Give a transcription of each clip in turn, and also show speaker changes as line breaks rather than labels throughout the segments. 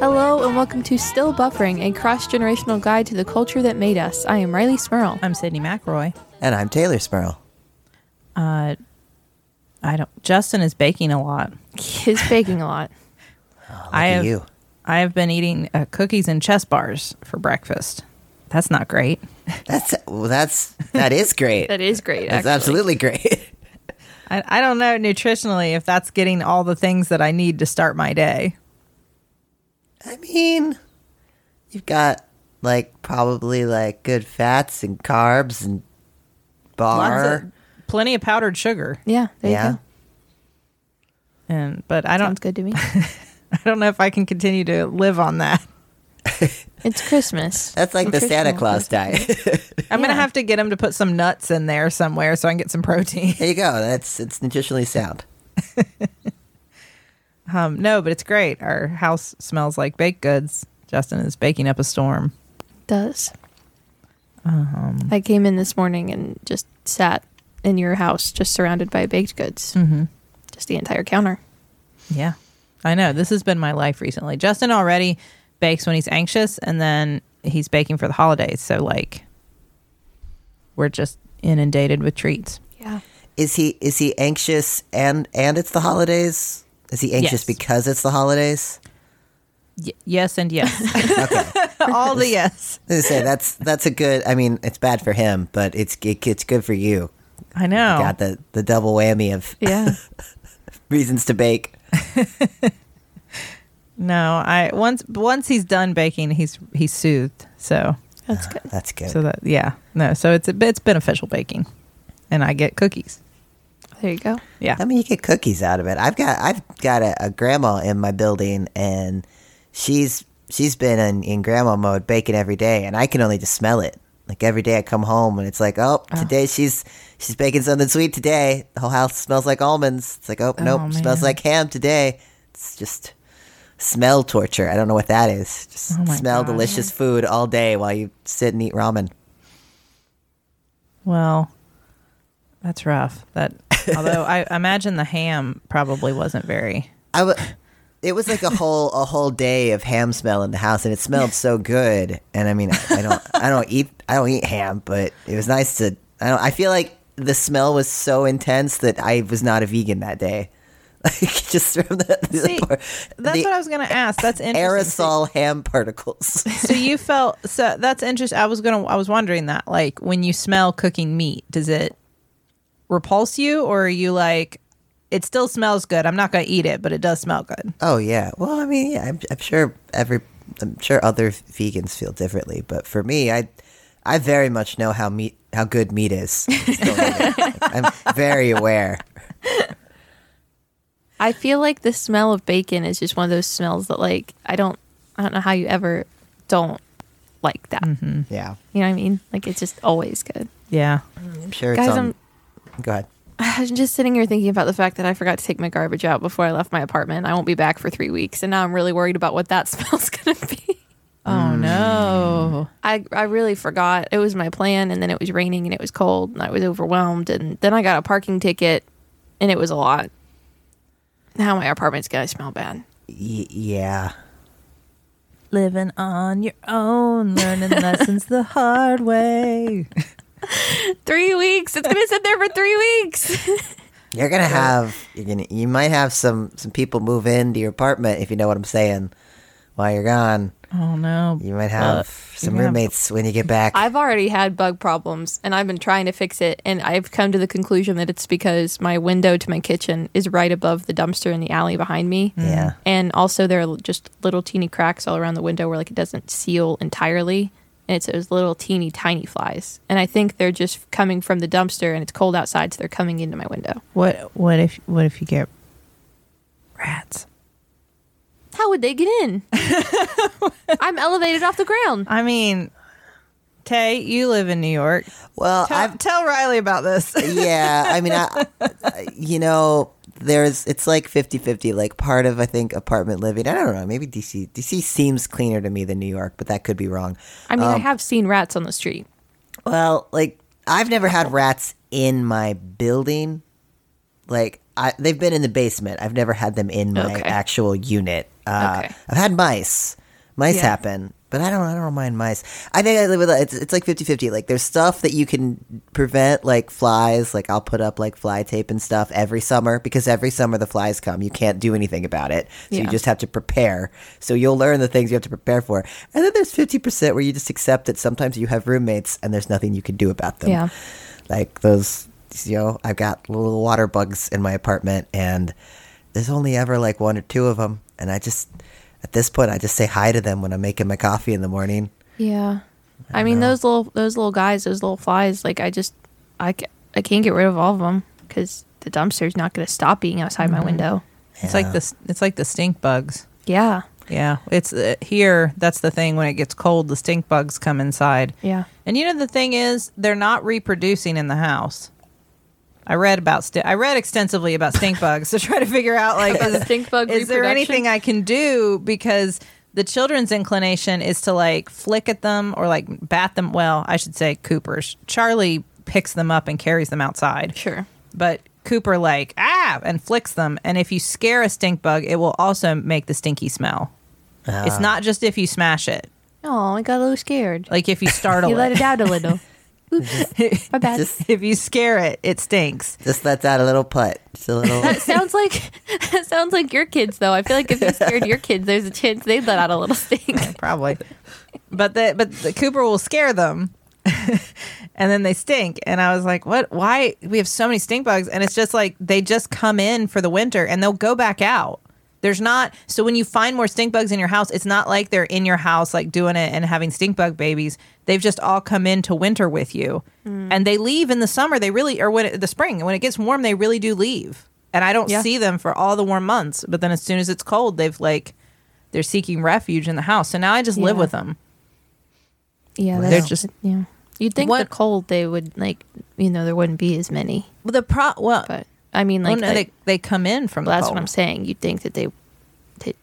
Hello and welcome to Still Buffering, a cross generational guide to the culture that made us. I am Riley Smurl.
I'm Sydney McRoy.
And I'm Taylor Smurl.
Uh, I don't. Justin is baking a lot.
He's baking a lot.
Oh, Look
I
at
have.
you.
I have been eating uh, cookies and chess bars for breakfast. That's not great.
That's well, that's that is great.
That is great.
that's
actually.
absolutely great.
I, I don't know nutritionally if that's getting all the things that I need to start my day.
I mean, you've got like probably like good fats and carbs and
Lots
bar.
of, plenty of powdered sugar,
Yeah, there
yeah.
you go.
and but I
Sounds
don't.
good to me.
I don't know if I can continue to live on that.
It's Christmas.
That's like the Santa
Nutritional
Claus
Christmas.
diet.
I'm gonna
Yeah.
have to get him to put some nuts in there somewhere so I can get some protein.
there you go. That's it's nutritionally sound.
Um, no, but it's great. Our house smells like baked goods. Justin is baking up a storm.
Does. I came in this morning and just sat in your house, just surrounded by baked goods,
Mm-hmm.
just the entire counter.
Yeah. I know. This has been my life recently. Justin already bakes when he's anxious and then he's baking for the holidays. So, like, we're just inundated with treats.
Yeah.
Is he is he anxious and and it's the holidays? Is he
Yes.
anxious because it's the holidays?
Y- yes and yes. All the yes.
I was gonna say that's that's a good. I mean, it's bad for him, but it's it, it's good for you.
I know.
Got the the double whammy of
Yeah.
reasons to bake.
No, I once once he's done baking, he's he's soothed. So
That's good.
That's good.
so that yeah no so it's it's beneficial baking, and I get cookies.
There you go.
Yeah,
I mean, you get cookies out of it. I've got I've got a, a grandma in my building, and she's she's been in, in grandma mode baking every day, and I can only just smell it. Like every day I come home and it's like, oh, today she's she's baking something sweet today. The whole house smells like almonds. It's like, oh, nope,
man.
smells like ham today. It's just smell torture. I don't know what that is. Just
Oh my
smell
God.
delicious food all day while you sit and eat ramen.
Well, that's rough. That although I imagine the ham probably wasn't very.
I w- it was like a whole a whole day of ham smell in the house, and it smelled so good. And I mean, I, I don't I don't eat I don't eat ham, but it was nice to I don't I feel like the smell was so intense that I was not a vegan that day. Like just from the, the,
See,
por-
That's
the
what I was going to ask. That's interesting.
aerosol ham particles.
So you felt so that's interesting. I was going to I was wondering that like when you smell cooking meat, does it repulse you or are you like it still smells good. I'm not going to eat it, but it does smell good.
Oh yeah. Well, I mean, yeah, I'm, I'm sure every, I'm sure other vegans feel differently, but for me, I, I very much know how meat, how good meat is. I'm very aware.
I feel like the smell of bacon is just one of those smells that like I don't I don't know how you ever don't like that.
Yeah,
You know what I mean? Like it's just always good.
Yeah.
I'm sure.
Guys,
it's on,
I'm-
Go ahead.
I'm just sitting here thinking about the fact that I forgot to take my garbage out before I left my apartment. I won't be back for three weeks, and now I'm really worried about what that smell's gonna be.
Oh no.
I, I really forgot. It was my plan, and then it was raining and it was cold, and I was overwhelmed. And then I got a parking ticket, and it was a lot. Now my apartment's gonna smell bad.
Y- yeah.
Living on your own, learning lessons the hard way.
Three weeks. It's gonna sit there for three weeks.
You're gonna have you're gonna you might have some some people move into your apartment if you know what I'm saying. While you're gone,
Oh no.
you might have
Uh,
some
you're gonna have-
roommates when you get back.
I've already had bug problems and I've been trying to fix it. And I've come to the conclusion that it's because my window to my kitchen is right above the dumpster in the alley behind me.
yeah.
And also, there are just little teeny cracks all around the window where like it doesn't seal entirely. And it's those little teeny tiny flies. And I think they're just coming from the dumpster and it's cold outside, so they're coming into my window.
What what if what if you get rats?
How would they get in? I'm elevated off the ground.
I mean, Tay, you live in New York.
Well,
Tell,
Uh, I've
tell Riley about this.
yeah i mean I, I- you know there's it's like 50-50 like part of i think apartment living i don't know maybe dc dc seems cleaner to me than new york but that could be wrong
I mean, I have seen rats on the street.
well like i've never had rats in my building like I, they've been in the basement i've never had them in my
Okay.
actual unit uh,
Okay.
i've had mice Mice
Yeah.
happen, but I don't. I don't mind mice. I think I live with it's. It's like 50-50. Like there's stuff that you can prevent, like flies. Like I'll put up like fly tape and stuff every summer because every summer the flies come. You can't do anything about it, so you
Yeah.
just have to prepare. So you'll learn the things you have to prepare for. And then there's fifty percent where you just accept that sometimes you have roommates and there's nothing you can do about them
Yeah.
like those you know i've got little water bugs in my apartment and there's only ever like one or two of them and i just at this point i just say hi to them when i'm making my coffee in the morning
Yeah. I, mean,
uh,
those little those little guys, those little flies. Like I just, I, ca- I can't get rid of all of them because the dumpster's not going to stop being outside
Mm-hmm.
my window.
It's like this. It's like the stink bugs.
Yeah.
Yeah, it's uh, here. That's the thing. When it gets cold, the stink bugs come inside.
Yeah.
And you know the thing is, they're not reproducing in the house. I read about sti- I read extensively about stink bugs to try to figure out like
About the stink bug
is there
reproduction?
anything I can do because the children's inclination is to like flick at them or like bat them. Well, I should say Cooper's. Charlie picks them up and carries them outside
Sure.
but Cooper like ah and flicks them. And if you scare a stink bug, it will also make the stinky smell. It's not just if you smash it.
Oh, I got a little scared.
Like if you
you
startle
let
it,
it out a little. Oops. My bad.
just
if you scare it, it stinks.
just lets out a little putt just a little
That sounds like that sounds like your kids though. I feel like if you scared your kids, there's a chance they'd let out a little stink.
probably. but the but the Cooper will scare them, and then they stink. And I was like, what? Why we have so many stink bugs? And it's just like they just come in for the winter and they'll go back out. There's not so when you find more stink bugs in your house, it's not like they're in your house like doing it and having stink bug babies. They've just all come in to winter with you, and they leave in the summer. They really or when it, the spring when it gets warm, they really do leave. And I don't
Yeah.
see them for all the warm months. But then as soon as it's cold, they've like they're seeking refuge in the house. So now I just live
Yeah.
with them.
Yeah,
Wow.
that's
They're just-
yeah. You'd think the
What-
cold they would like you know there wouldn't be as many,
Well, the pro well,
but I mean like,
oh, no,
like-
they they come in from
well, that's
the cold.
what I'm saying. You'd think that they did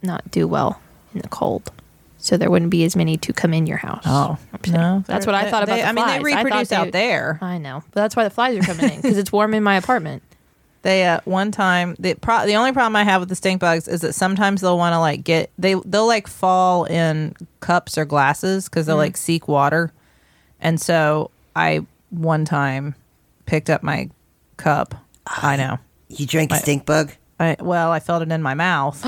not do well in the cold, so there wouldn't be as many to come in your house.
Oh.
I'm saying.
no,
that's what I thought about.
They,
the
I mean, they
flies. I thought
reproduce
they-
out there.
I know, but that's why the flies are coming in because it's warm in my apartment.
They uh, one time the pro- the only problem I have with the stink bugs is that sometimes they'll want to like get they they'll like fall in cups or glasses because
Mm.
they'll like seek water, and so I one time picked up my cup. I know.
you drank a stink bug
I, well, I felt it in my mouth.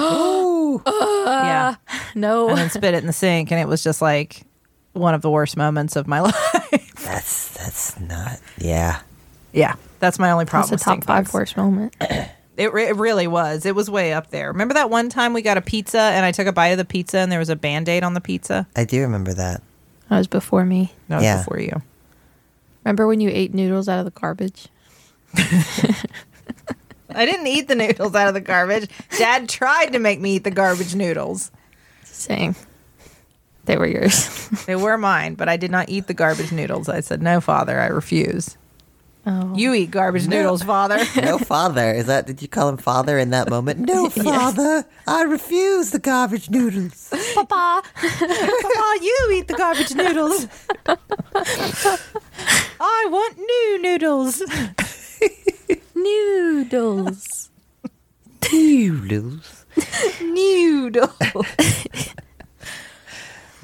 yeah.
No,
and then spit it in the sink and it was just like one of the worst moments of my life
that's that's not yeah
yeah that's my only problem
that's a top
with stink
five
bugs.
worst moment.
It, re- it really was it was way up there remember that one time we got a pizza and i took a bite of the pizza and there was a band-aid on the pizza
i do remember that
That was before me.
no it was
Yeah.
before you
Remember when you ate noodles out of the garbage?
i didn't eat the noodles out of the garbage dad tried to make me eat the garbage noodles
Just saying. They were yours.
they were mine but i did not eat the garbage noodles i said no father i refuse
Oh.
you eat garbage noodles father
no father is that did you call him father in that moment no father i refuse the garbage noodles
Papa.
Papa, you eat the garbage noodles. I want new noodles.
Noodles.
noodles
Noodles.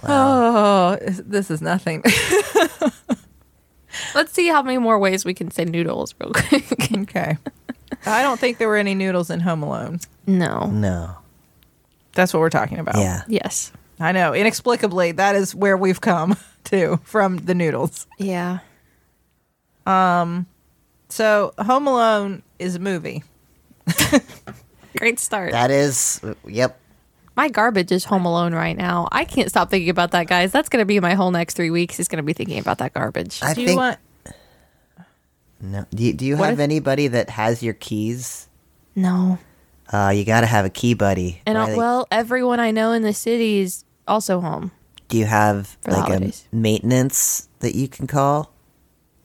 Oh, this is nothing.
Let's see how many more ways we can say noodles real quick.
okay. I don't think there were any noodles in Home Alone.
no.
no
That's what we're talking
Oh.
about.
yeah
Yes.
I know. Inexplicably, that is where we've come to from the noodles.
Yeah.
So, Home Alone is a movie.
Great start.
that is yep
my garbage is home alone right now. I can't stop thinking about that, guys. That's going to be my whole next three weeks. Is going to be thinking about that garbage.
I
Do you
think
want
no. Do you, do you
What if-
have anybody that has your keys?
no.
Uh, you got to have a key buddy.
And I,
Riley,
well, everyone I know in the city is also home.
do you have
for the
like a
holidays.
maintenance that you can call?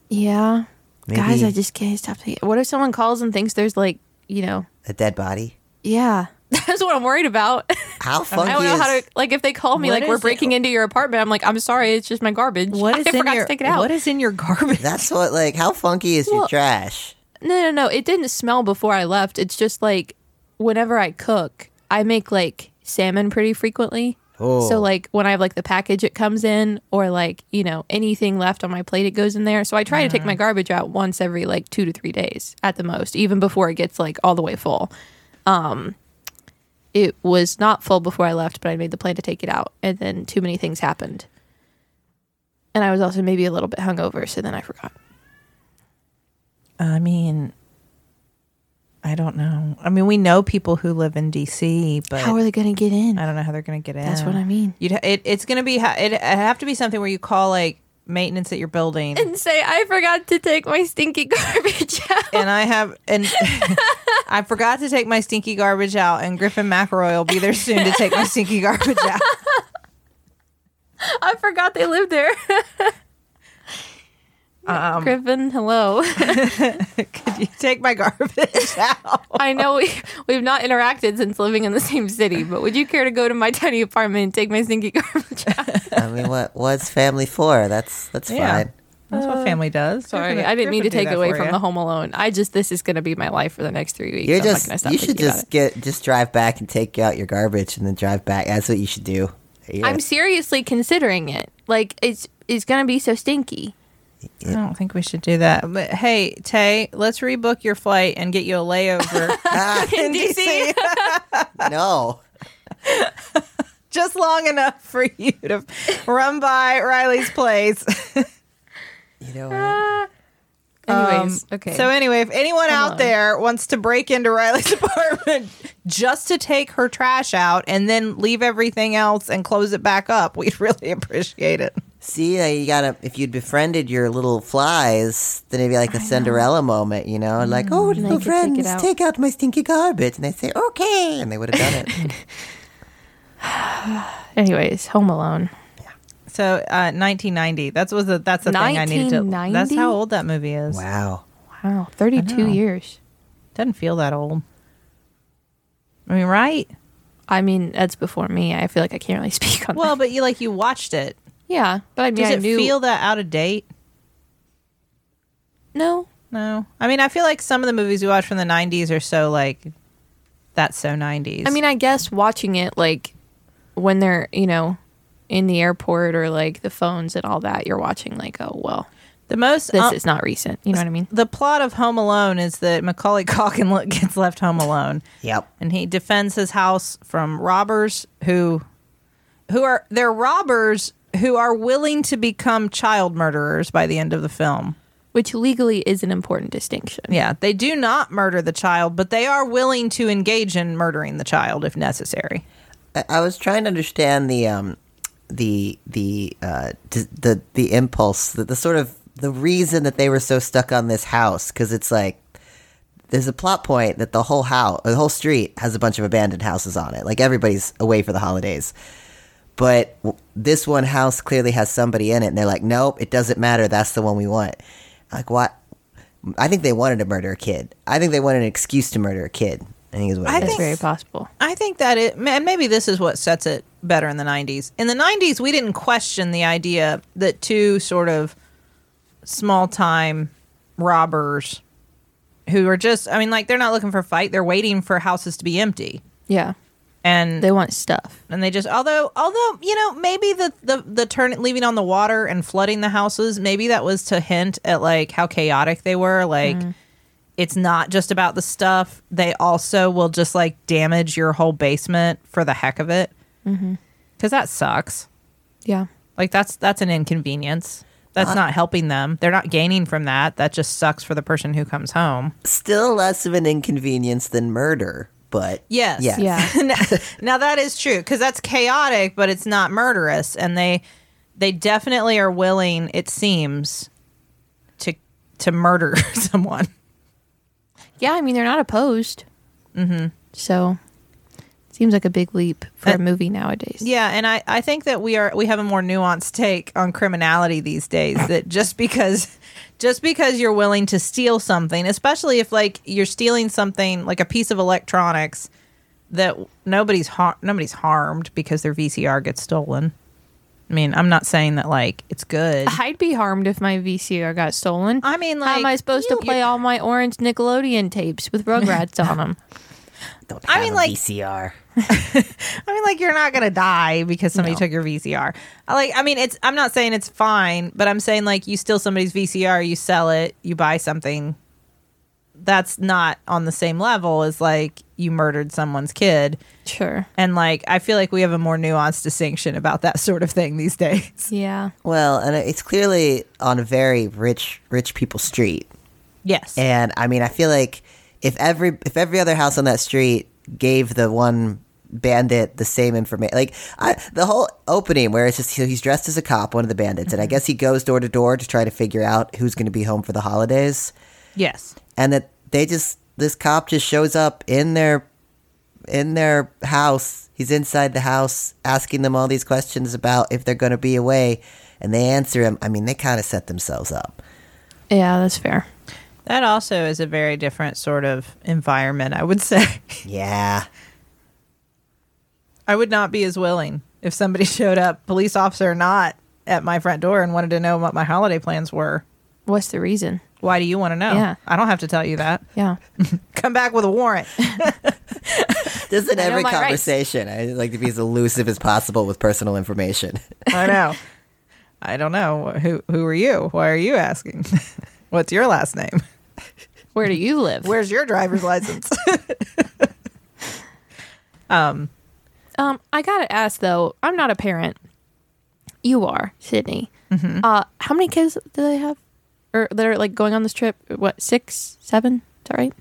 Yeah. Guys,
Maybe-
I just can't stop thinking. What if someone calls and thinks there's like, you know,
A dead body?
yeah. That's what I'm worried about.
How funky
I don't know
is
how to like if they call me
What
like we're
is it-
breaking into your apartment. I'm like I'm sorry, it's just my garbage.
what is
I
in
forgot
your
to take it out.
What is in your garbage?
That's what like how funky is your
Well-
trash?
no, no, no. It didn't smell before I left. It's just like whenever I cook, I make like salmon pretty frequently,
Oh.
So like when I have like the package it comes in or like, you know, anything left on my plate it goes in there. So I try to take my garbage out once every like 2 to 3 days at the most, even before it gets like all the way full. Um it was not full before I left, but I made the plan to take it out and then too many things happened. And I was also maybe a little bit hungover, so then I forgot.
I mean, I don't know. I mean, we know people who live in D.C., but
How are they going to get in?
I don't know how they're going to get in.
That's what I mean.
You'd ha- it, it's going to be ha- it, it'd have to be something where you call like maintenance at your building,
and say I forgot to take my stinky garbage out.
and I have and I forgot to take my stinky garbage out, and Griffin McElroy will be there soon to take my stinky garbage out.
I forgot they lived there. Griffin, hello.
Could you take my garbage out?
I know we we've not interacted since living in the same city, but would you care to go to my tiny apartment and take my stinky garbage out?
I mean, what what's family for? That's that's
Yeah.
fine.
That's what family does.
Uh, Sorry,
Griffin-
I didn't mean to
Griffin do
take
that
away
for
from
ya.
the Home Alone. I just this is going to be my life for the next three weeks.
You're
I'm not
just
going to stop
you should
thinking about
just
it.
get just drive back and take out your garbage and then drive back. That's what you should do. Yeah.
I'm seriously considering it. Like it's it's going to be so stinky.
I don't think we should do that. But hey, Tay, let's rebook your flight and get you a layover
Ah,
in
DC.
DC.
no.
Just long enough for you to run by Riley's place.
You know what?
Anyways,
Um,
okay.
So anyway, if anyone out
on.
there wants to break into Riley's apartment just to take her trash out and then leave everything else and close it back up, we'd really appreciate it.
See, uh, you gotta if you'd befriended your little flies, then it'd be like the Cinderella moment, you know, like oh
Mm, they
little
could take it
friends,
out.
take out my stinky garbage, and they say okay, and they would have done it.
anyways, Home Alone.
So uh, 1990. That's was the that's the thing I needed to. That's
1990?
how old that movie is.
wow.
Wow, 32 years.
Doesn't feel that old. I mean, right?
I mean, that's before me. I feel like I can't really speak on
Well,
that.
but you like you watched it.
Yeah, but I mean,
Does
I
it
knew.
feel that out of date?
no,
No. I mean, I feel like some of the movies we watch from the 90s are so like that's so 90s.
I mean, I guess watching it like when they're you know in the airport or like the phones and all that, you're watching like, oh well,
the most
this
um,
is not recent. You know what I mean?
the plot of Home Alone is that Macaulay Culkin le- gets left home alone,
Yep.
and he defends his house from robbers who, who are they're robbers who are willing to become child murderers by the end of the film.
Which legally is an important distinction.
Yeah, they do not murder the child, but they are willing to engage in murdering the child if necessary.
I, I was trying to understand the um the the uh d- the the impulse the, the sort of the reason that they were so stuck on this house because it's like there's a plot point that the whole house the whole street has a bunch of abandoned houses on it like everybody's away for the holidays but w- this one house clearly has somebody in it and they're like nope it doesn't matter that's the one we want like what i think they wanted to murder a kid i think they wanted an excuse to murder a kid i think is what
I
it is.
That's
think-
very possible.
I think that it, and maybe this is what sets it better in the 90s. In the 90s, we didn't question the idea that two sort of small time robbers who are just, I mean, like they're not looking for a fight, they're waiting for houses to be empty.
Yeah,
And
they want stuff.
and they just although although you know maybe the the the turn leaving on the water and flooding the houses maybe that was to hint at like how chaotic they were like it's not just about the stuff they also will just like damage your whole basement for the heck of it because that sucks
Yeah,
like that's that's an inconvenience that's not helping them they're not gaining from that that just sucks for the person who comes home
still less of an inconvenience than murder, but
Yes.
Yes.
Yeah.
now, now that is true because that's chaotic, but it's not murderous, and they they definitely are willing. It seems to to murder someone.
yeah. I mean, they're not opposed. Mm-hmm. So, seems like a big leap for a movie nowadays.
Yeah, and I I think that we are we have a more nuanced take on criminality these days. That just because just because you're willing to steal something, especially if like you're stealing something like a piece of electronics that nobody's har- nobody's harmed because their VCR gets stolen. I mean, I'm not saying that like it's good.
I'd be harmed if my VCR got stolen.
I mean,
how am
like,
I supposed
you-
to play all my orange Nickelodeon tapes with Rugrats on them?
Don't
I
have
mean,
a
like-
VCR.
I mean, like you're not gonna die because somebody
No.
took your VCR. I like, I mean, it's. I'm not saying it's fine, but I'm saying like you steal somebody's VCR, you sell it, you buy something. That's not on the same level as like you murdered someone's kid,
Sure.
and like I feel like we have a more nuanced distinction about that sort of thing these days.
Yeah.
Well, and it's clearly on a very rich, rich people street.
yes,
And I mean, I feel like if every if every other house on that street gave the one bandit the same information, like I, the whole opening where it's just so he's dressed as a cop, one of the bandits, and I guess he goes door to door to try to figure out who's going to be home for the holidays,
yes,
and that they just this cop just shows up in their in their house. He's inside the house asking them all these questions about if they're going to be away, and they answer him. I mean, they kind of set themselves up.
Yeah, that's fair.
that also is a very different sort of environment. I would say
Yeah.
I would not be as willing if somebody showed up, police officer or not, at my front door and wanted to know what my holiday plans were.
What's the reason?
Why do you want to know?
Yeah.
I don't have to tell you that.
Yeah.
Come back with a warrant.
This is in
I know
every
my rights.
conversation. I like to be as elusive as possible with personal information.
I know. I don't know. Who who are you? Why are you asking? What's your last name?
Where do you live?
Where's your driver's license?
Um, I gotta ask though. I'm not a parent. You are, Sydney.
Mm-hmm.
Uh, how many kids do they have, or that are like going on this trip? What six, seven? Is that right?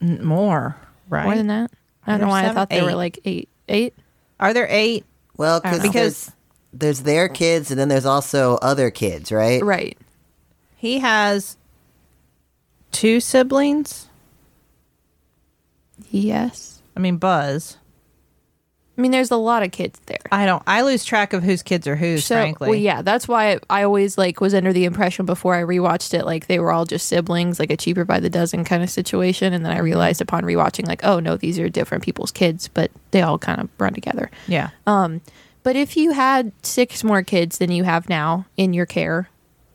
More, right?
More than that? I don't know
There's
why I
seven-
thought they
eight.
were like eight, eight.
Are there eight?
Well,
I don't
cause
know.
because there's, there's their kids and then there's also other kids, right?
Right.
He has two siblings.
Yes.
I mean, Buzz.
I mean, there's a lot of kids there.
I don't. I lose track of whose kids are whose.
So,
frankly,
well, yeah, that's why I always like was under the impression before I rewatched it, like they were all just siblings, like a cheaper by the dozen kind of situation. And then I realized upon rewatching, like, oh no, these are different people's kids, but they all kind of run together.
yeah.
Um, but if you had six more kids than you have now in your care,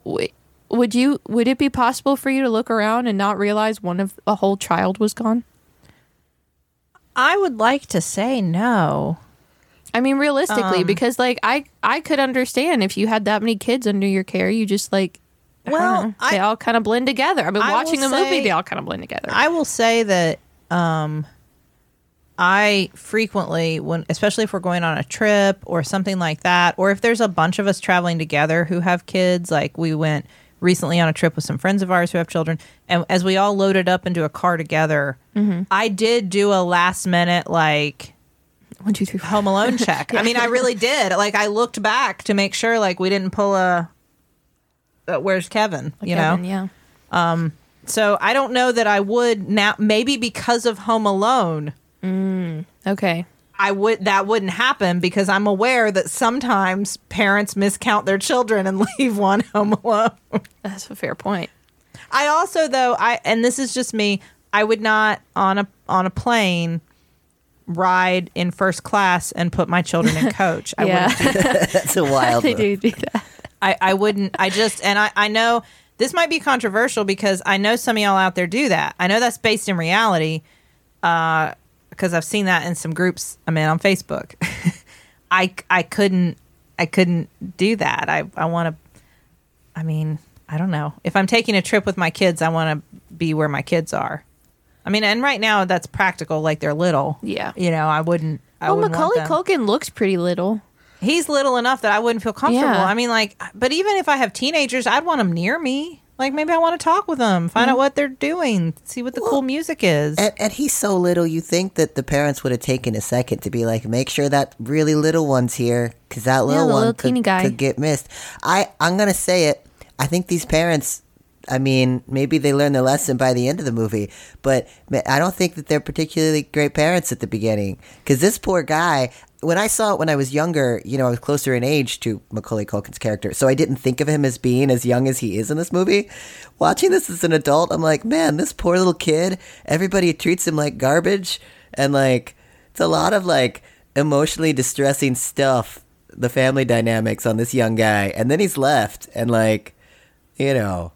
w- would you? Would it be possible for you to look around and not realize one of a whole child was gone?
I would like to say no.
I mean,
Um,
realistically, because like I, I could understand if you had that many kids under your care, you just like. I don't
Well,
know,
I-
they all kind of blend together. I mean,
I
watching the
will say-
movie, they all kind of blend together.
I will say that um, I frequently, when especially if we're going on a trip or something like that, or if there's a bunch of us traveling together who have kids, like we went recently on a trip with some friends of ours who have children, and as we all loaded up into a car together,
Mm-hmm.
I did do a last minute like
One, two, three, four.
home alone check. I mean, I really did. Like I looked back to make sure like we didn't pull a. Uh, where's Kevin? you know,
Kevin, yeah.
So I don't know that I would now. Maybe because of Home Alone,
Okay.
I would that wouldn't happen because I'm aware that sometimes parents miscount their children and leave one home alone.
That's a fair point.
I also though I and this is just me. I would not on a on a plane ride in first class and put my children in coach. I wouldn't
yeah.
That's a wild
they
one.
do do that.
I, I wouldn't. I just, and I, I know this might be controversial because I know some of y'all out there do that. I know that's based in reality because I've seen that in some groups I'm in on Facebook. I, I couldn't, I couldn't do that. I, I want to, I mean, I don't know. If I'm taking a trip with my kids, I want to be where my kids are. I mean, and right now that's practical, like they're little.
Yeah.
You know, I wouldn't. I
Well,
wouldn't want
Oh, Macaulay
them-
Culkin looks pretty little.
he's little enough that I wouldn't feel comfortable.
Yeah.
I mean, like, but even if I have teenagers, I'd want them near me. Like, maybe I want to talk with them, find
Mm-hmm.
out what they're doing, see what the cool music is.
eh,
And, and he's so little, you think that the parents would have taken a second to be like, make sure that really little one's here, because that little
the
one
little
could,
teeny guy.
could get missed. I, I'm going to say it. I think these parents, I mean, maybe they learn their lesson by the end of the movie, but ma- I don't think that they're particularly great parents at the beginning. Because this poor guy, when I saw it when I was younger, you know, I was closer in age to Macaulay Culkin's character, so I didn't think of him as being as young as he is in this movie. Watching this as an adult, I'm like, man, this poor little kid, everybody treats him like garbage. And like, it's a lot of like emotionally distressing stuff, the family dynamics on this young guy. And then he's left and like, you know,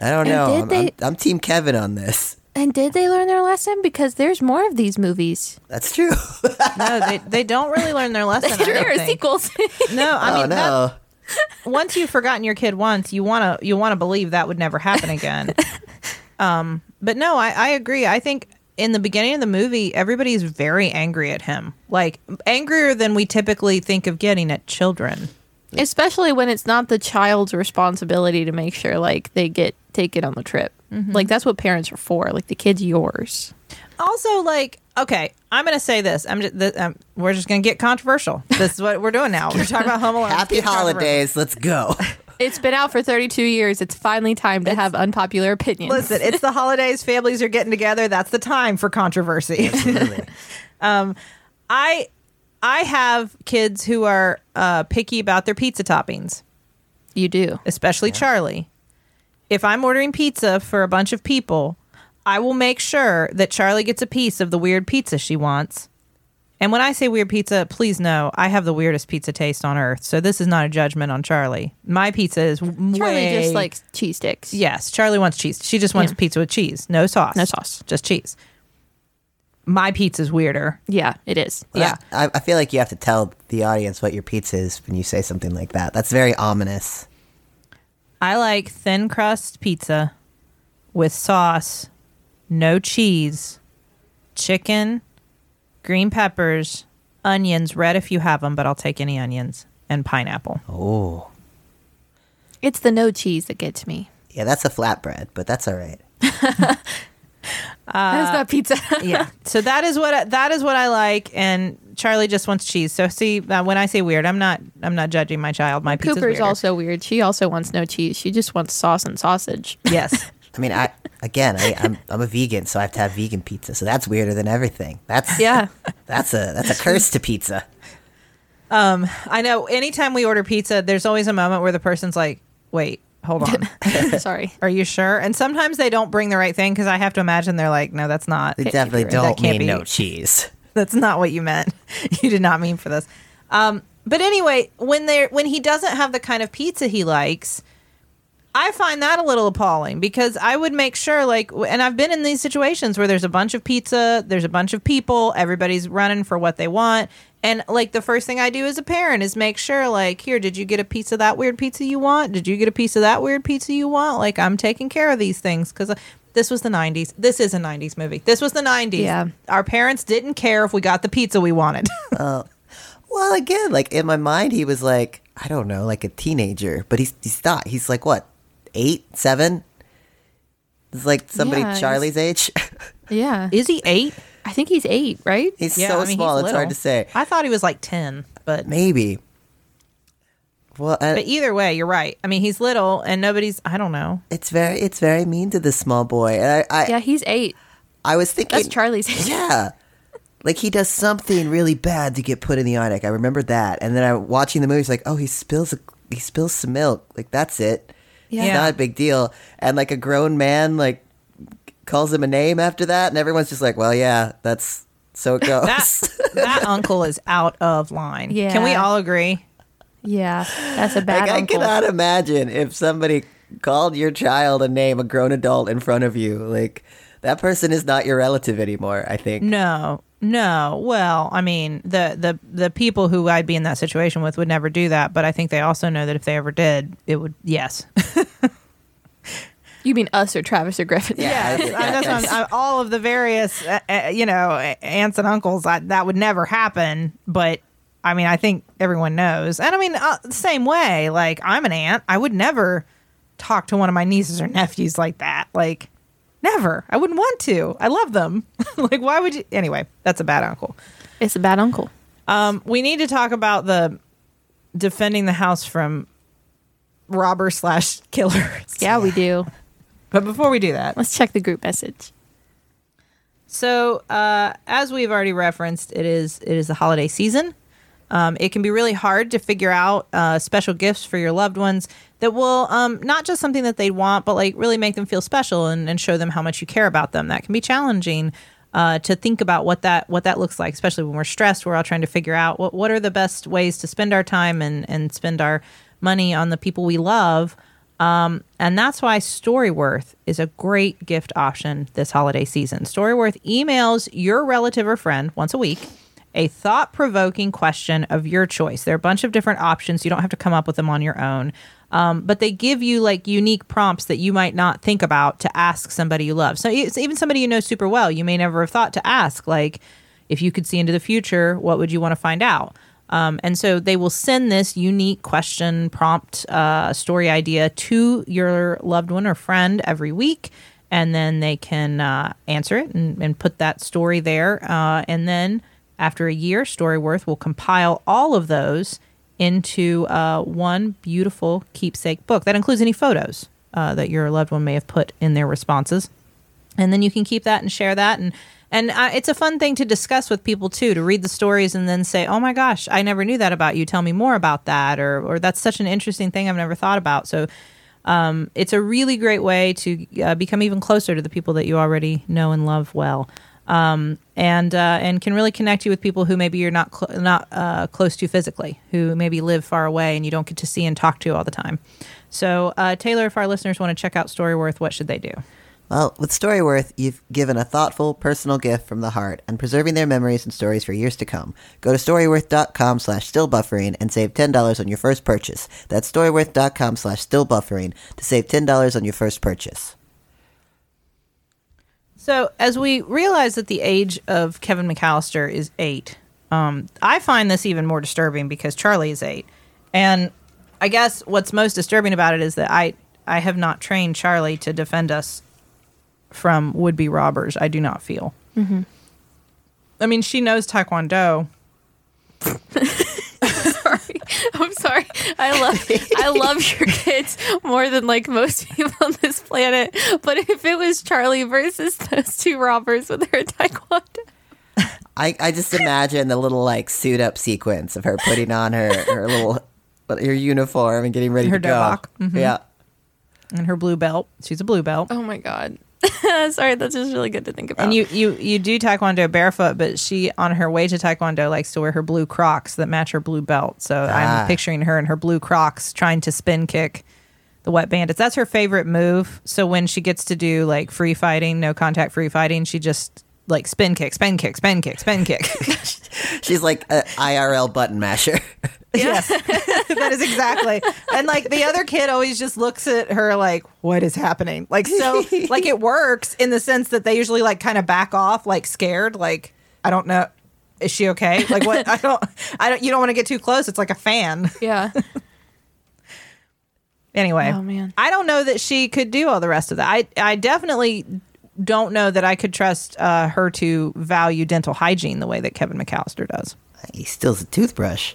I don't
And
know.
did
I'm, I'm-
they-
I'm Team Kevin on this.
And did they learn their lesson? Because there's more of these movies.
That's true.
No, they, they don't really learn their lesson. I don't
there are
think.
sequels.
No, I
oh
mean, that-
no.
once you've forgotten your kid once, you wanna you wanna believe that would never happen again. um, but no, I, I agree. I think in the beginning of the movie, everybody's very angry at him, like angrier than we typically think of getting at children.
Especially when it's not the child's responsibility to make sure like they get taken on the trip.
Mm-hmm.
Like that's what parents are for. Like the kid's yours.
Also, like, okay, I'm gonna say this. I'm just, th- um, we're just gonna get controversial. This is what we're doing now. We're talking about Home Alone.
Happy
Get controversial.
holidays. Let's go.
It's been out for 32 years. It's finally time to have unpopular opinions.
Listen, it's the holidays. Families are getting together. That's the time for controversy.
Absolutely.
I I have kids who are uh, picky about their pizza toppings,
You do.
especially Charlie. If I'm ordering pizza for a bunch of people, I will make sure that Charlie gets a piece of the weird pizza she wants. And when I say weird pizza, please know I have the weirdest pizza taste on earth. So this is not a judgment on Charlie. My pizza is Charlie
Charlie just likes cheese sticks.
Yes, Charlie wants cheese. She just wants
Yeah.
pizza with cheese, no sauce.
No sauce.
just cheese. My pizza's weirder.
Yeah, it is.
Yeah.
I, I feel like you have to tell the audience what your pizza is when you say something like that. That's very ominous.
I like thin crust pizza with sauce, no cheese, chicken, green peppers, onions, red if you have them, but I'll take any onions, and pineapple.
Oh.
It's the no cheese that gets me.
Yeah, that's a flatbread, but that's all right.
That's not pizza.
Yeah. so that is what I, that is what I like and Charlie just wants cheese. So see, uh, when I say weird, I'm not I'm not judging my child. My pizza's
Cooper's
weirder.
also weird. She also wants no cheese. She just wants sauce and sausage.
Yes.
I mean, I again, I, I'm I'm a vegan, so I have to have vegan pizza. So that's weirder than everything. That's
Yeah.
That's a that's a curse to pizza.
I know anytime we order pizza, there's always a moment where the person's like, wait, hold on.
Sorry.
Are you sure? And sometimes they don't bring the right thing because I have to imagine they're like, no, that's not.
They definitely
that
don't
can't
mean
be-
no cheese.
That's not what you meant. you did not mean for this. Um, but anyway, when they are when he doesn't have the kind of pizza he likes, I find that a little appalling because I would make sure, like, w- and I've been in these situations where there's a bunch of pizza, there's a bunch of people, everybody's running for what they want. And, like, the first thing I do as a parent is make sure, like, here, did you get a piece of that weird pizza you want? Did you get a piece of that weird pizza you want? Like, I'm taking care of these things because this was the 90s. This is a 90s movie. This was the 90s.
Yeah.
Our parents didn't care if we got the pizza we wanted.
Well, again, like in my mind, he was like I don't know, like a teenager, but he's he's not. He's like what, eight, seven? It's like somebody
Yeah, he's-
Charlie's age.
Yeah.
is he eight?
I think he's eight, right?
he's
Yeah,
so
I mean, he's
small; it's
little.
hard to say.
I thought he was like 10, but
Maybe. Well, uh, I-
But either way, you're right. I mean, he's little and nobody's, I don't know.
it's very it's very mean to this small boy. And I I,
Yeah, he's eight.
I was thinking
That's Charlie's age.
Yeah. Like he does something really bad to get put in the attic. I remember that. And then I watching the movie, it's like, oh, he spills a, he spills some milk. Like that's it.
Yeah.
It's not a big deal. And like a grown man like calls him a name after that, and everyone's just like, well, yeah, that's so it goes.
That, that uncle is out of line.
Yeah.
Can we all agree?
Yeah. That's a bad
like I
uncle.
cannot imagine if somebody called your child a name, a grown adult in front of you, like. That person is not your relative anymore, I think.
No, no. Well, I mean, the, the, the people who I'd be in that situation with would never do that. But I think they also know that if they ever did, it would, yes.
You mean us or Travis or Griffin?
Yeah,
Yes, I- that's what I'm- I- all of the various, uh, uh, you know, aunts and uncles. I, that would never happen. But I mean, I think everyone knows. And I mean, uh, the same way. Like, I'm an aunt. I would never talk to one of my nieces or nephews like that. Like, never. I wouldn't want to. I love them. like, why would you? Anyway, that's a bad uncle.
It's a bad uncle.
Um, we need to talk about the defending the house from robber slash killers.
Yeah, we do.
But before we do that,
Let's check the group message.
So, uh, as we've already referenced, it is it is the holiday season. Um, it can be really hard to figure out uh, special gifts for your loved ones that will um, not just something that they want, but like really make them feel special and, and show them how much you care about them. That can be challenging uh, to think about what that what that looks like, especially when we're stressed. We're all trying to figure out what what are the best ways to spend our time and and spend our money on the people we love. Um, and that's why Storyworth is a great gift option this holiday season. Storyworth emails your relative or friend once a week a thought provoking question of your choice. There are a bunch of different options. You don't have to come up with them on your own. Um, but they give you like unique prompts that you might not think about to ask somebody you love. So it's even somebody you know super well, you may never have thought to ask, like, if you could see into the future, what would you want to find out? Um, and so they will send this unique question, prompt, uh, story idea to your loved one or friend every week. And then they can uh, answer it and, and put that story there. Uh, and then after a year, Storyworth will compile all of those into uh, one beautiful keepsake book that includes any photos uh, that your loved one may have put in their responses and then you can keep that and share that and and uh, it's a fun thing to discuss with people too to read the stories and then say oh my gosh i never knew that about you tell me more about that or or that's such an interesting thing i've never thought about so um, it's a really great way to uh, become even closer to the people that you already know and love well um, and uh, and can really connect you with people who maybe you're not cl- not uh, close to physically, who maybe live far away and you don't get to see and talk to all the time. So, uh, Taylor, if our listeners want to check out Storyworth, what should they do?
Well, with Storyworth, you've given a thoughtful, personal gift from the heart and preserving their memories and stories for years to come. Go to storyworth.com slash stillbuffering and save $10 on your first purchase. That's storyworth.com slash stillbuffering to save $10 on your first purchase.
So, as we realize that the age of Kevin McAllister is eight, um, I find this even more disturbing because Charlie is eight, and I guess what's most disturbing about it is that I I have not trained Charlie to defend us from would be robbers. I do not feel. I mean, she knows Taekwondo.
sorry. I'm sorry. I love I love your kids more than like most people on this planet. But if it was Charlie versus those two robbers with their taekwondo,
I, I just imagine the little like suit up sequence of her putting on her, her little her uniform and getting ready
Her
to
dobok.
go. Yeah.
and her blue belt. She's a blue belt.
oh my god. sorry, that's just really good to think about.
And you, you, you do taekwondo barefoot, but she on her way to taekwondo likes to wear her blue Crocs that match her blue belt. So
Ah.
I'm picturing her in her blue Crocs trying to spin kick the wet bandits. That's her favorite move. So when she gets to do like free fighting, no contact free fighting, she just like spin kick, spin kick, spin kick, spin kick.
She's like an IRL button masher.
yes, that is exactly. And like the other kid always just looks at her like, "What is happening?" Like so, like it works in the sense that they usually like kind of back off, like scared, like I don't know, is she okay? Like what? I don't, I don't. You don't want to get too close. It's like a fan.
yeah.
Anyway,
Oh, man.
I don't know that she could do all the rest of that. I I definitely don't know that I could trust uh, her to value dental hygiene the way that Kevin McAllister does.
he steals a toothbrush.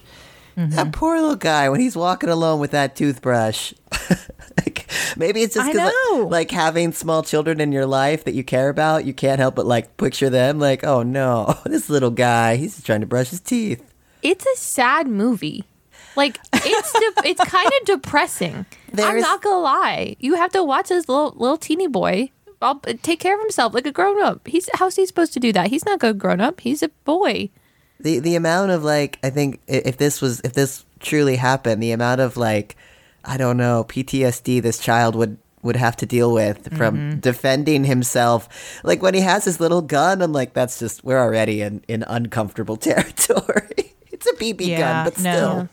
Mm-hmm.
That poor little guy when he's walking alone with that toothbrush. like, maybe it's just
I
'cause, like-
know.
Like, having small children in your life that you care about, you can't help but like picture them. Like, oh no, this little guy, he's just trying to brush his teeth.
It's a sad movie. Like it's de- it's kind of depressing. I'm
There's-
not gonna lie. You have to watch this little little teeny boy. I'll take care of himself like a grown up. He's how's he supposed to do that? He's not a grown up. He's a boy.
the the amount of like I think i- if this was if this truly happened, the amount of like I don't know PTSD this child would would have to deal with from defending himself. Like when he has his little gun, I'm like, that's just we're already in in uncomfortable territory. it's a BB gun, but still.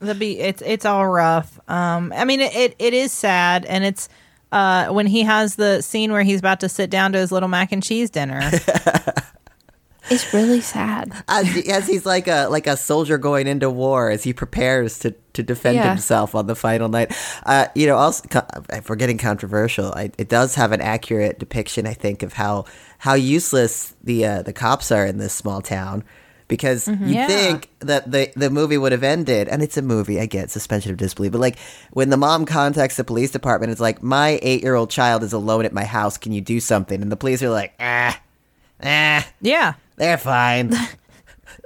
the be it's it's all rough. Um, I mean, it, it it is sad, and it's uh when he has the scene where he's about to sit down to his little mac and cheese dinner.
It's really sad.
As, as he's like a like a soldier going into war as he prepares to to defend
Yeah.
himself on the final night. Uh, you know, also co- if we're getting controversial, I, it does have an accurate depiction, I think, of how how useless the uh, the cops are in this small town. Because you
Yeah.
think that the, the movie would have ended, and it's a movie, I get suspension of disbelief, but like when the mom contacts the police department, it's like, my eight year old child is alone at my house, can you do something? And the police are like, ah, ah,
yeah,
they're fine.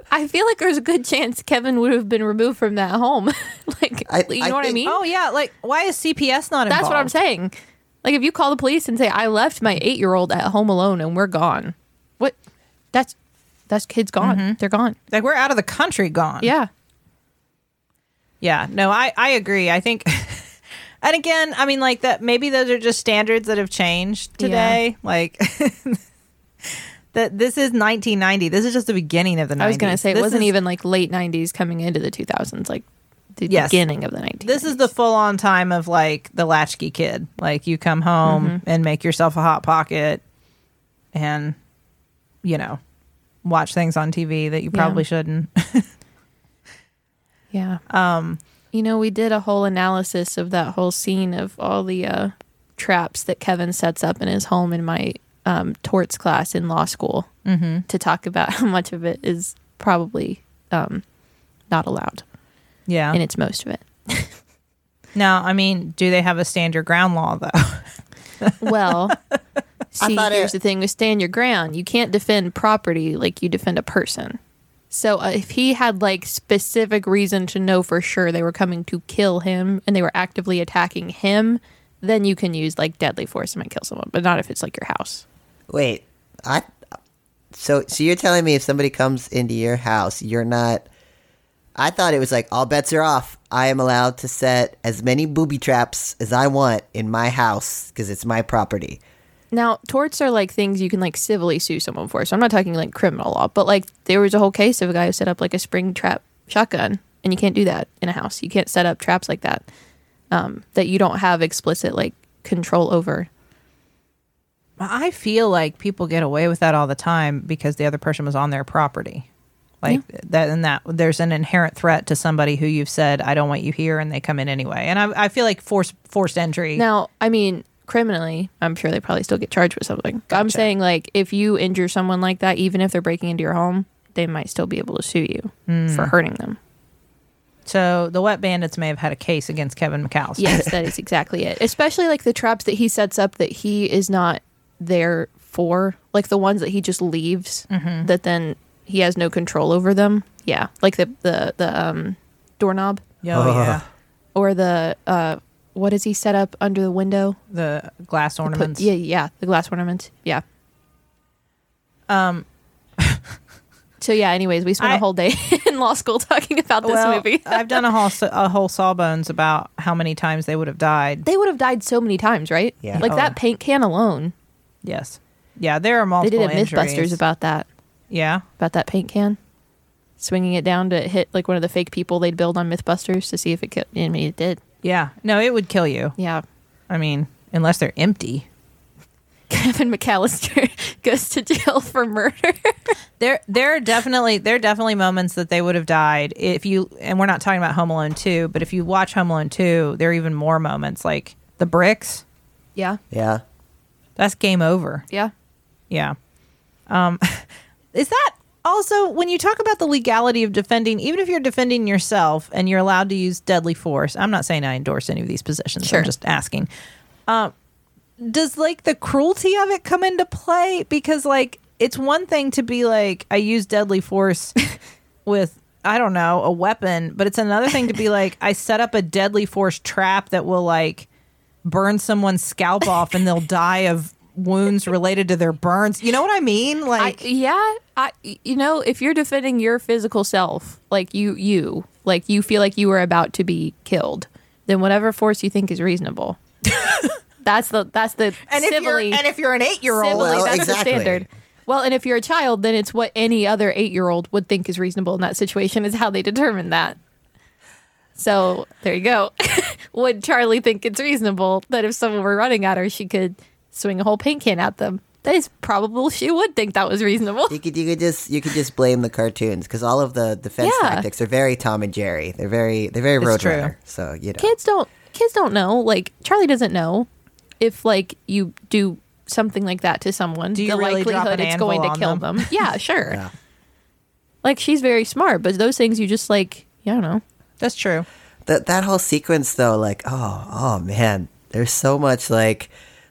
I feel like there's a good chance Kevin would have been removed from that home. like,
I-
you know
I
what I
think-
mean?
oh yeah. Like, why is CPS not?
That's what I'm
involved?
saying. Like, if you call the police and say, I left my eight year old at home alone and we're gone, what? That's, that's kids gone. They're gone.
Like, we're out of the country, gone.
Yeah.
Yeah, no, I, I agree. I think And again, I mean, like that. Maybe those are just standards that have changed today. Like that. This is 1990. This is just the beginning of the 90s.
I was going to say, it
This
wasn't
is-
even like late 90s coming into the 2000s, like the
Yes.
beginning of the 90s.
This is the full on time of like the latchkey kid. Like you come home and make yourself a hot pocket, and you know, watch things on TV that you
Yeah.
probably shouldn't.
Yeah. you know, we did a whole analysis of that whole scene of all the uh, traps that Kevin sets up in his home in my um, torts class in law school mm-hmm. to talk about how much of it is probably um, not allowed,
yeah.
and it's most of it.
Now, I mean, do they have a stand your ground law though?
Well, see,
thought
here's
it-
the thing with stand your ground. You can't defend property like you defend a person. So uh, if he had like specific reason to know for sure they were coming to kill him and they were actively attacking him, then you can use like deadly force and might kill someone, but not if it's like your house.
Wait, I. So, so you're telling me if somebody comes into your house, you're not. I thought it was like all bets are off. I am allowed to set as many booby traps as I want in my house because it's my property.
Now, torts are like things you can like civilly sue someone for. So I'm not talking like criminal law, but like there was a whole case of a guy who set up like a spring trap shotgun, and you can't do that in a house. You can't set up traps like that um, that you don't have explicit like control over.
I feel like people get away with that all the time because the other person was on their property. Like that, and that there's an inherent threat to somebody who you've said, I don't want you here, and they come in anyway. And I, I feel like forced forced entry.
Now, I mean, criminally, I'm sure they probably still get charged with something. I'm saying like if you injure someone like that, even if they're breaking into your home, they might still be able to sue you for hurting them.
So the Wet Bandits may have had a case against Kevin McAllister.
Yes, that is exactly it. Especially like the traps that he sets up that he is not there for, like the ones that he just leaves
Mm-hmm.
that then he has no control over them. Yeah, like the the the um, doorknob
Oh, yeah.
or the uh, what does he set up under the window?
The glass
Put-
ornaments.
yeah, yeah, the glass ornaments. Yeah.
Um,
So yeah. Anyways, we spent a
I-
whole day in law school talking about this
well, uh,
movie.
I've done a whole a whole sawbones about how many times they would have died.
They would have died so many times, right?
Yeah.
Like
Oh,
that
yeah.
paint can alone.
Yes. Yeah, there are
They
multiple
did a
injuries.
MythBusters about that.
yeah.
about that paint can, swinging it down to hit like one of the fake people they'd build on MythBusters to see if it killed. I mean, it did.
Yeah. No, it would kill you.
Yeah.
I mean, unless they're empty.
Kevin McAllister goes to jail for murder.
There, there are definitely there are definitely moments that they would have died if you. And we're not talking about Home Alone two, but if you watch Home Alone two, there are even more moments like the bricks.
Yeah.
Yeah.
That's game over.
Yeah.
Yeah. Um, is that also when you talk about the legality of defending, even if you're defending yourself and you're allowed to use deadly force? I'm not saying I endorse any of these positions.
Sure.
I'm just asking. Um, does like the cruelty of it come into play? Because like it's one thing to be like I use deadly force with. I don't know, a weapon, but it's another thing to be like, I set up a deadly force trap that will like burn someone's scalp off and they'll die of wounds related to their burns. You know what I mean?
I,
Like,
yeah. I, you know, if you're defending your physical self, like you, you, like you feel like you are about to be killed, then whatever force you think is reasonable. that's the, that's the
and, if you're,
civilly,
and if you're an eight year old,
civilly,
Well,
that's
exactly.
the standard. Well, and if you're a child, then it's what any other eight year old would think is reasonable in that situation, is how they determine that. So there you go. would Charlie think it's reasonable that if someone were running at her, she could swing a whole paint can at them? That is probable. She would think that was reasonable.
You could you could just you could just blame the cartoons because all of the defense
Yeah.
tactics are very Tom and Jerry. They're very they're very
It's true.
Roadrunner. So you know.
Kids don't. Kids don't know. Like Charlie doesn't know if like you do something like that to someone,
Do you
the
really drop
likelihood
an
it's going to
anvil on
kill
them?
them. Yeah, sure.
Yeah.
Like she's very smart, but those things you just like. I don't know.
that's true.
that that whole sequence though like oh oh man there's so much like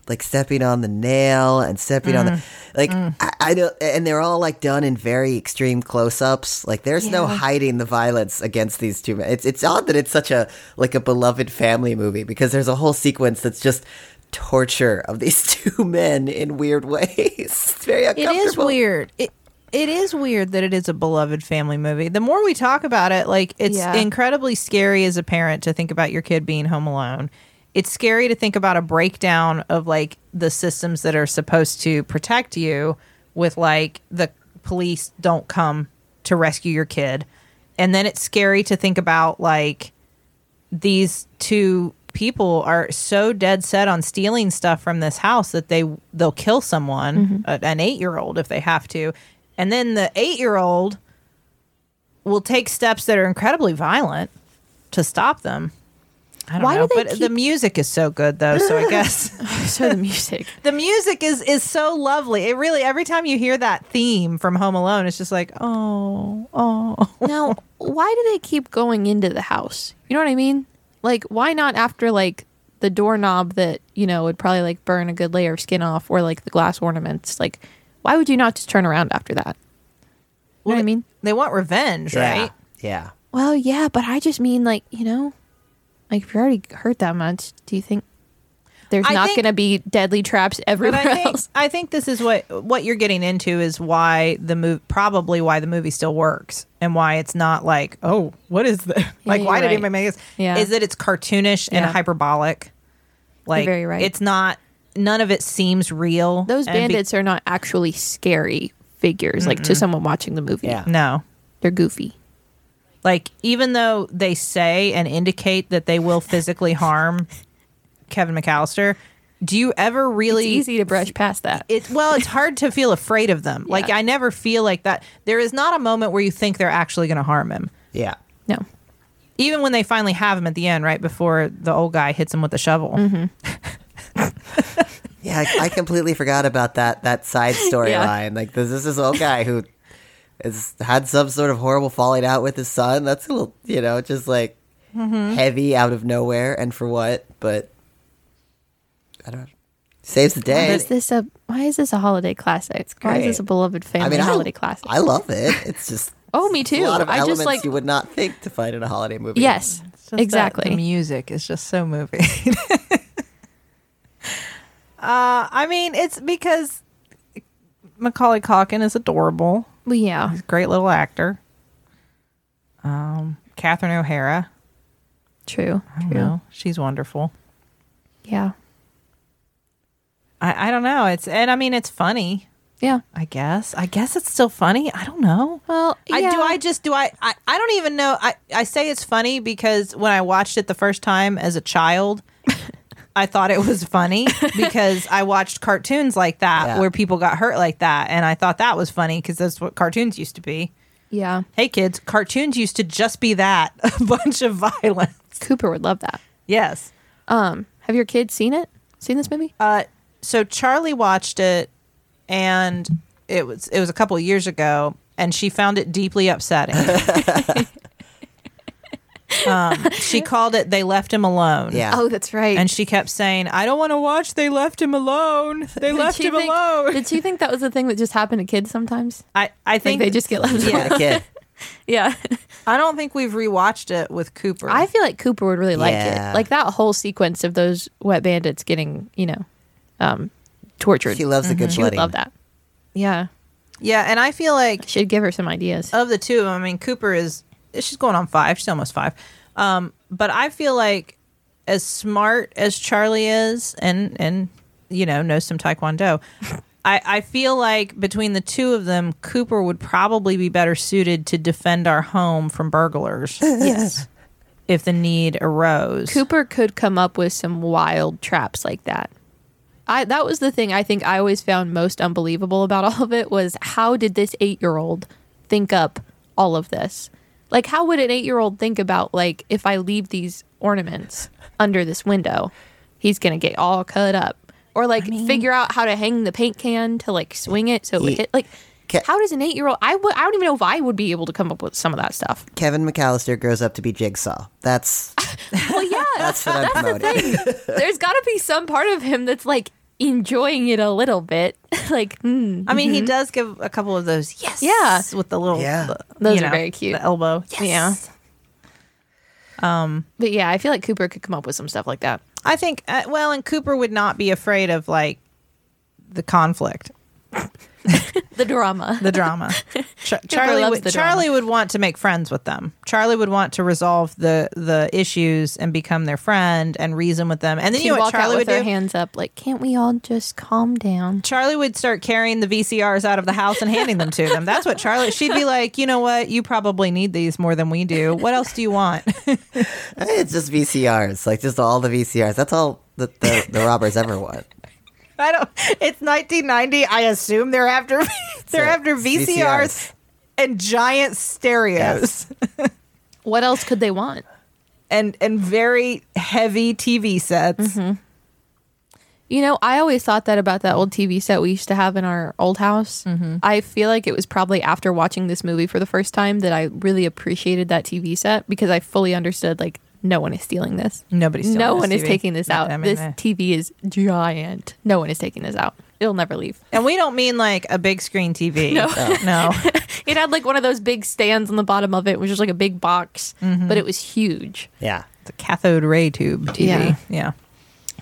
like stepping on the nail and stepping on the
Mm-hmm.
like
Mm.
I, I don't and they're all like done in very extreme close-ups like there's no
Yeah.
hiding the violence against these two men it's, it's odd that it's such a like a beloved family movie because there's a whole sequence that's just torture of these two men in weird ways it's very
It
uncomfortable
is weird. It it is weird that it is a beloved family movie. The more we talk about it, like it's
Yeah.
incredibly scary as a parent to think about your kid being home alone. it's scary to think about a breakdown of like the systems that are supposed to protect you with like the police don't come to rescue your kid. And then it's scary to think about like these two people are so dead set on stealing stuff from this house that they they'll kill someone,
Mm-hmm.
a- an 8-year-old if they have to. And then the 8-year-old will take steps that are incredibly violent to stop them. I don't
Why
know,
do they
but
keep-
the music is so good though, so I guess
so the music.
the music is is so lovely. It really every time you hear that theme from Home Alone, it's just like, oh, oh.
Now, why do they keep going into the house? You know what I mean? Like, why not after like the doorknob that you know would probably like burn a good layer of skin off, or like the glass ornaments? Like, why would you not just turn around after that? You know what I mean?
They want revenge,
Yeah.
right?
Yeah.
Well, yeah, but I just mean like you know, like if you're already hurt that much, do you think there's
I
not
think-
going to be deadly traps
But
everywhere
I think
else?
I think this is what what you're getting into is why the move probably why the movie still works and why it's not like oh what is the like
you're
why did
right.
anybody make this
Yeah.
is that it's cartoonish and
Yeah.
hyperbolic like
very right.
it's not none of it seems real
Those
and be-
bandits are not actually scary figures, like to someone watching the movie.
Yeah.
no
They're goofy.
like even though they say and indicate that they will physically harm Kevin McAllister, do you ever
It's
really?
easy to brush past that.
It's well, it's hard to feel afraid of them. Like
Yeah.
I never feel like that. There is not a moment where you think they're actually going to harm him.
Yeah.
no.
Even when they finally have him at the end, right before the old guy hits him with the shovel.
Mm-hmm.
Yeah, I, I completely forgot about that that side storyline. Like this, this is old guy who has had some sort of horrible falling out with his son. That's a little, you know, just like
Mm-hmm.
heavy out of nowhere and for what? But I don't. Saves the
Why
day.
is this a why is this a holiday classic? Why is
great.
this a beloved family
I mean,
holiday
I,
classic?
I love it. It's just
oh, me
a
too.
lot of
I
elements
just like
you would not think to find in a holiday movie.
yes, exactly.
The music is just so moving. uh, I mean, it's because Macaulay Calkin is adorable.
well, yeah,
He's a great little actor. Um, Catherine O'Hara.
true.
I don't
true.
know. She's wonderful.
Yeah,
I, I don't know. It's and I mean it's funny.
yeah.
I guess. I guess it's still funny. I don't know.
Well,
I,
yeah.
do I just do I, I I don't even know. I I say it's funny because when I watched it the first time as a child, I thought it was funny because I watched cartoons like that
Yeah.
where people got hurt like that, and I thought that was funny because that's what cartoons used to be.
yeah.
Hey kids, cartoons used to just be that a bunch of violence.
Cooper would love that.
Yes.
Um, have your kids seen it? Seen this movie?
Uh, so Charlie watched it, and it was it was a couple of years ago, and she found it deeply upsetting. um, she called it "They Left Him Alone."
Yeah.
Oh, that's right.
and she kept saying, "I don't want to watch. They left him alone. They
Did
left
you
him
think-
alone."
Did you think that was the thing that just happened to kids sometimes?
I I
Like
think
they just get left.
What
alone.
a kid.
Yeah.
I don't think we've rewatched it with Cooper.
I feel like Cooper would really like
Yeah.
it. Like that whole sequence of those wet bandits getting, you know, um, tortured.
She loves a good
She Mm-hmm. would
bloody.
love that. Yeah.
yeah, and I feel like
Should give her some ideas.
of the two of them, I mean, Cooper is she's going on five. She's almost five. Um, but I feel like as smart as Charlie is, and and you know knows some Taekwondo. I, I feel like between the two of them, Cooper would probably be better suited to defend our home from burglars. yes. If the need arose.
Cooper could come up with some wild traps like that. I that was the thing I think I always found most unbelievable about all of it was how did this 8-year-old think up all of this? Like how would an 8-year-old think about like if I leave these ornaments under this window, he's going to get all cut up or like figure out how to hang the paint can to like swing it so it would
Ye-
hit like
Ca-
how does an 8-year-old I would I don't even know if I would be able to come up with some of that stuff.
Kevin McAllister grows up to be Jigsaw. That's
Well, yeah,
that's what I'm promoting.
there's got to be some part of him that's like enjoying it a little bit. like, hmm.
I mean, he does give a couple of those yes,
Yeah.
with the little
Yeah.
the-
Those
you
are
know,
very cute.
the elbow.
Yeah. But yeah, I feel like Cooper could come up with some stuff like that.
I think uh, well, and Cooper would not be afraid of like the conflict.
the drama.
the drama. Char- Charlie,
loves
would,
the
Charlie would want to make friends with them. Charlie would want to resolve the the issues and become their friend and reason with them. And then
She'd
you know what
walk out
Charlie
with
would
her
do?
hands up, like, can't we all just calm down?
Charlie would start carrying the VCRs out of the house and handing them to them. That's what Charlie. She'd be like, you know what? You probably need these more than we do. What else do you want?
It's just VCRs, like just all the VCRs. That's all that the, the robbers ever want.
I don't. It's 1990. I assume they're after they're
So,
after VCRs,
VCRs.
and giant stereos
What else could they want?
and and very heavy TV sets.
You know, I always thought that about that old TV set we used to have in our old house. I feel like it was probably after watching this movie for the first time that I really appreciated that TV set because I fully understood like no one is stealing this.
Nobody's stealing
no
this
one is
TV.
taking this out.
I mean,
this
eh.
TV is giant. No one is taking this out. It'll never leave.
And we don't mean like a big screen TV. No.
It had like one of those big stands on the bottom of it, which was like a big box, but it was huge.
Yeah.
It's a cathode ray tube TV.
Yeah.
Yeah.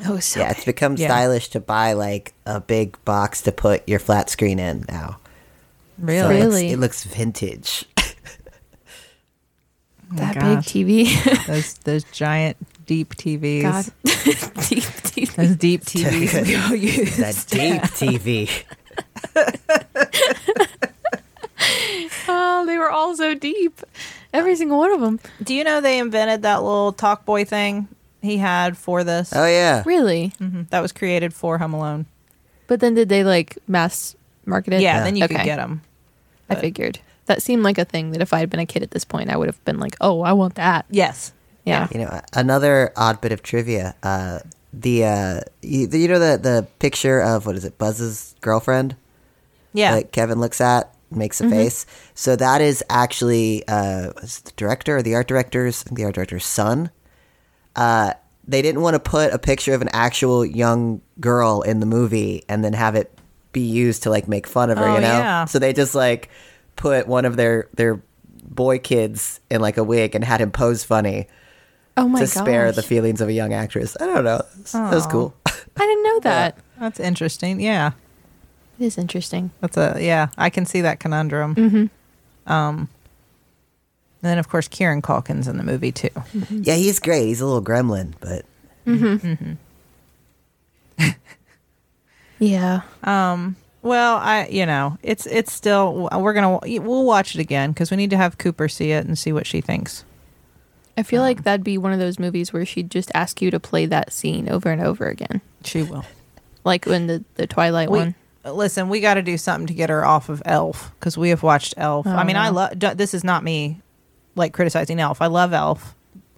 Oh, so
Yeah, it's become
Yeah.
stylish to buy like a big box to put your flat screen in now. So
Really?
it's-
Really?
It looks vintage.
that
gosh.
big TV.
Those those giant deep TVs.
God, deep, deep.
Those deep TVs we all use.
That deep TV.
Oh, they were all so deep. Every single one of them.
Do you know they invented that little talk boy thing he had for this?
Oh yeah.
Really?
Mhm. That was created for Home Alone.
But then did they like mass market it?
Yeah, then you
Okay.
could get them.
I
but-
figured. That seemed like a thing that if I had been a kid at this point, I would have been like, oh, I want that.
Yes.
Yeah.
You know, another odd bit of trivia. Uh, the uh, you, you know the the picture of what is it? Buzz's girlfriend
Yeah. Mm-hmm.
that Kevin looks at makes a face. So that is actually uh, was it the director or the art director's I think the art director's son. Uh, they didn't want to put a picture of an actual young girl in the movie and then have it be used to like make fun of her.
Oh,
you know,
yeah.
so they just like put one of their their boy kids in like a wig and had him pose funny
Oh my
to
god.
spare the feelings of a young actress. I don't know. It's- That was
Aw.
cool.
I didn't know that.
That's interesting. Yeah.
It is interesting.
That's a yeah. I can see that conundrum. Mm-hmm. Um, and then of course Kieran Calkins in the movie too.
yeah, he's great. He's a little gremlin, but
Yeah.
Well, I you know it's it's still we're gonna we'll watch it again because we need to have Cooper see it and see what she thinks.
I feel like that'd be one of those movies where she'd just ask you to play that scene over and over again.
She will.
Like when the, the Twilight
We,
one.
listen, we got to do something to get her off of Elf because we have watched Elf. I mean, I love this is not me like criticizing Elf. I love Elf.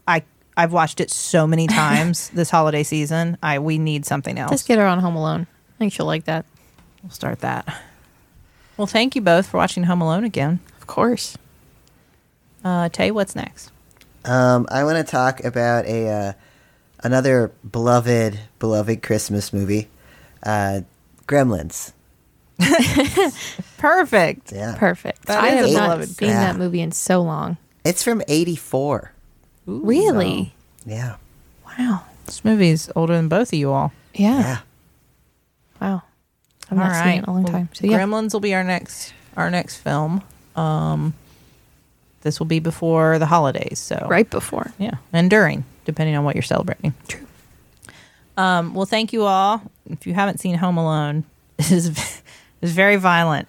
I I've watched it so many times this holiday season. I we need something else.
Just get her on Home Alone. I think she'll like that.
We'll start that. Well, thank you both for watching Home Alone again.
Of course.
Uh, Tay, what's next?
um, I want to talk about a uh, another beloved, beloved Christmas movie, uh, Gremlins.
Perfect.
Yeah,
Perfect.
That
I
is a
have not
beloved
seen
movie.
that movie in so long.
it's from '84.
really?
Yeah,
Wow.
This movie's older than both of you all.
Yeah.
yeah.
Wow. I've not seen it in a long
Well,
time. So yeah.
Gremlins will be our next our next film. Um, this will be before the holidays, so
right before.
Yeah, and during, depending on what you're celebrating. True. Um, well, thank you all. If you haven't seen Home Alone, it is it is very violent,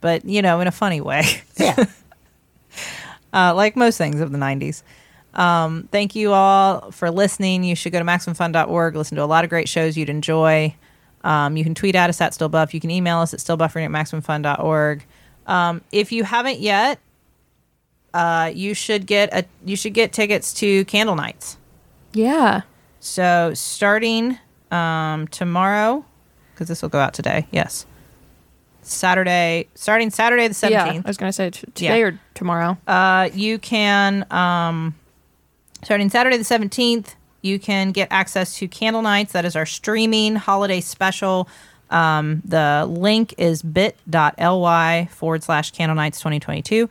but you know, in a funny way.
Yeah.
uh, like most things of the 90s. Um, thank you all for listening. You should go to MaximumFun.org, listen to a lot of great shows you'd enjoy. Um, you can tweet at us at StillBuff. You can email us at StillBuffering at MaximumFun.org. Um, if you haven't yet, uh, you should get a you should get tickets to Candle Nights.
Yeah.
So starting um, tomorrow, because this will go out today. Yes, Saturday, starting Saturday the seventeenth.
Yeah. I was gonna say t- today
Yeah.
or tomorrow.
Uh, you can, um, starting Saturday the 17th, you can get access to Candle Nights. That is our streaming holiday special. Um, the link is bit.ly forward slash Candle Nights 2022.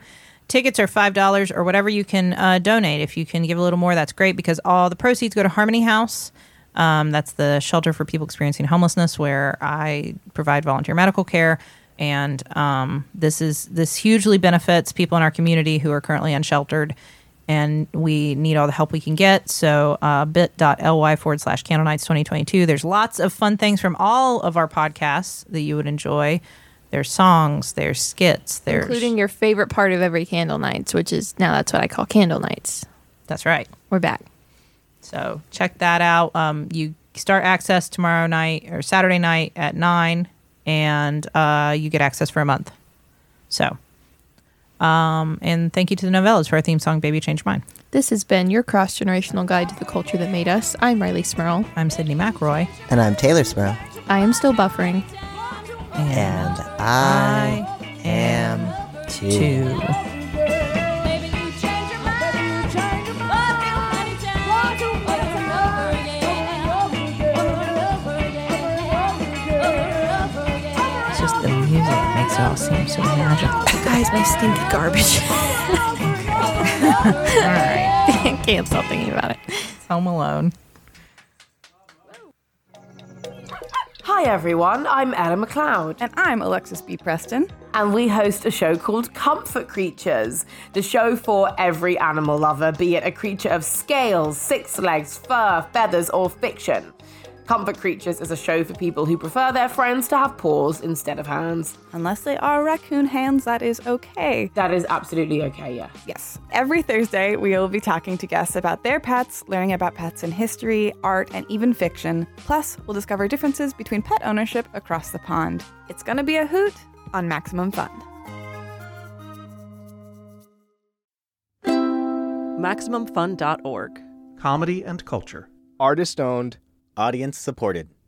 Tickets are $5 or whatever you can uh, donate. If you can give a little more, that's great because all the proceeds go to Harmony House. Um, that's the shelter for people experiencing homelessness, where I provide volunteer medical care. And um, this is this hugely benefits people in our community who are currently unsheltered, and we need all the help we can get. So uh, bit.ly forward slash Candle Nights 2022. There's lots of fun things from all of our podcasts that you would enjoy. There's songs, there's skits, there's
including your favorite part of every candle nights, which is now that's what I call candle nights.
that's right.
We're back.
So check that out. Um, you start access tomorrow night or Saturday night at nine, and uh, you get access for a month. So, um, and thank you to the Novellas for our theme song, Baby Change Mine.
This has been your cross generational guide to the culture that made us. I'm Riley Smurl.
I'm Sydney McRoy.
And I'm Taylor Smurl.
I am still buffering.
And I am too.
Maybe
two.
you change your mind. Maybe you change your mind. Anytime. Want to over and over again. Over and over again. Over and over again. Over and over again.
It's just the music makes it all seem so magical.
Guys, my stinky garbage.
all right,
Can't stop thinking about it.
it's Home Alone.
Hi everyone, I'm Ella McLeod,
And I'm Alexis B. Preston.
and we host a show called Comfort Creatures, the show for every animal lover, be it a creature of scales, six legs, fur, feathers, or fiction. Comfort Creatures is a show for people who prefer their friends to have paws instead of hands.
Unless they are raccoon hands, that is okay.
That is absolutely okay, yeah.
Yes. Every Thursday, we will be talking to guests about their pets, learning about pets in history, art, and even fiction. Plus, we'll discover differences between pet ownership across the pond. It's going to be a hoot on Maximum Fun.
MaximumFun.org.
comedy and culture.
Artist owned.
Audience supported.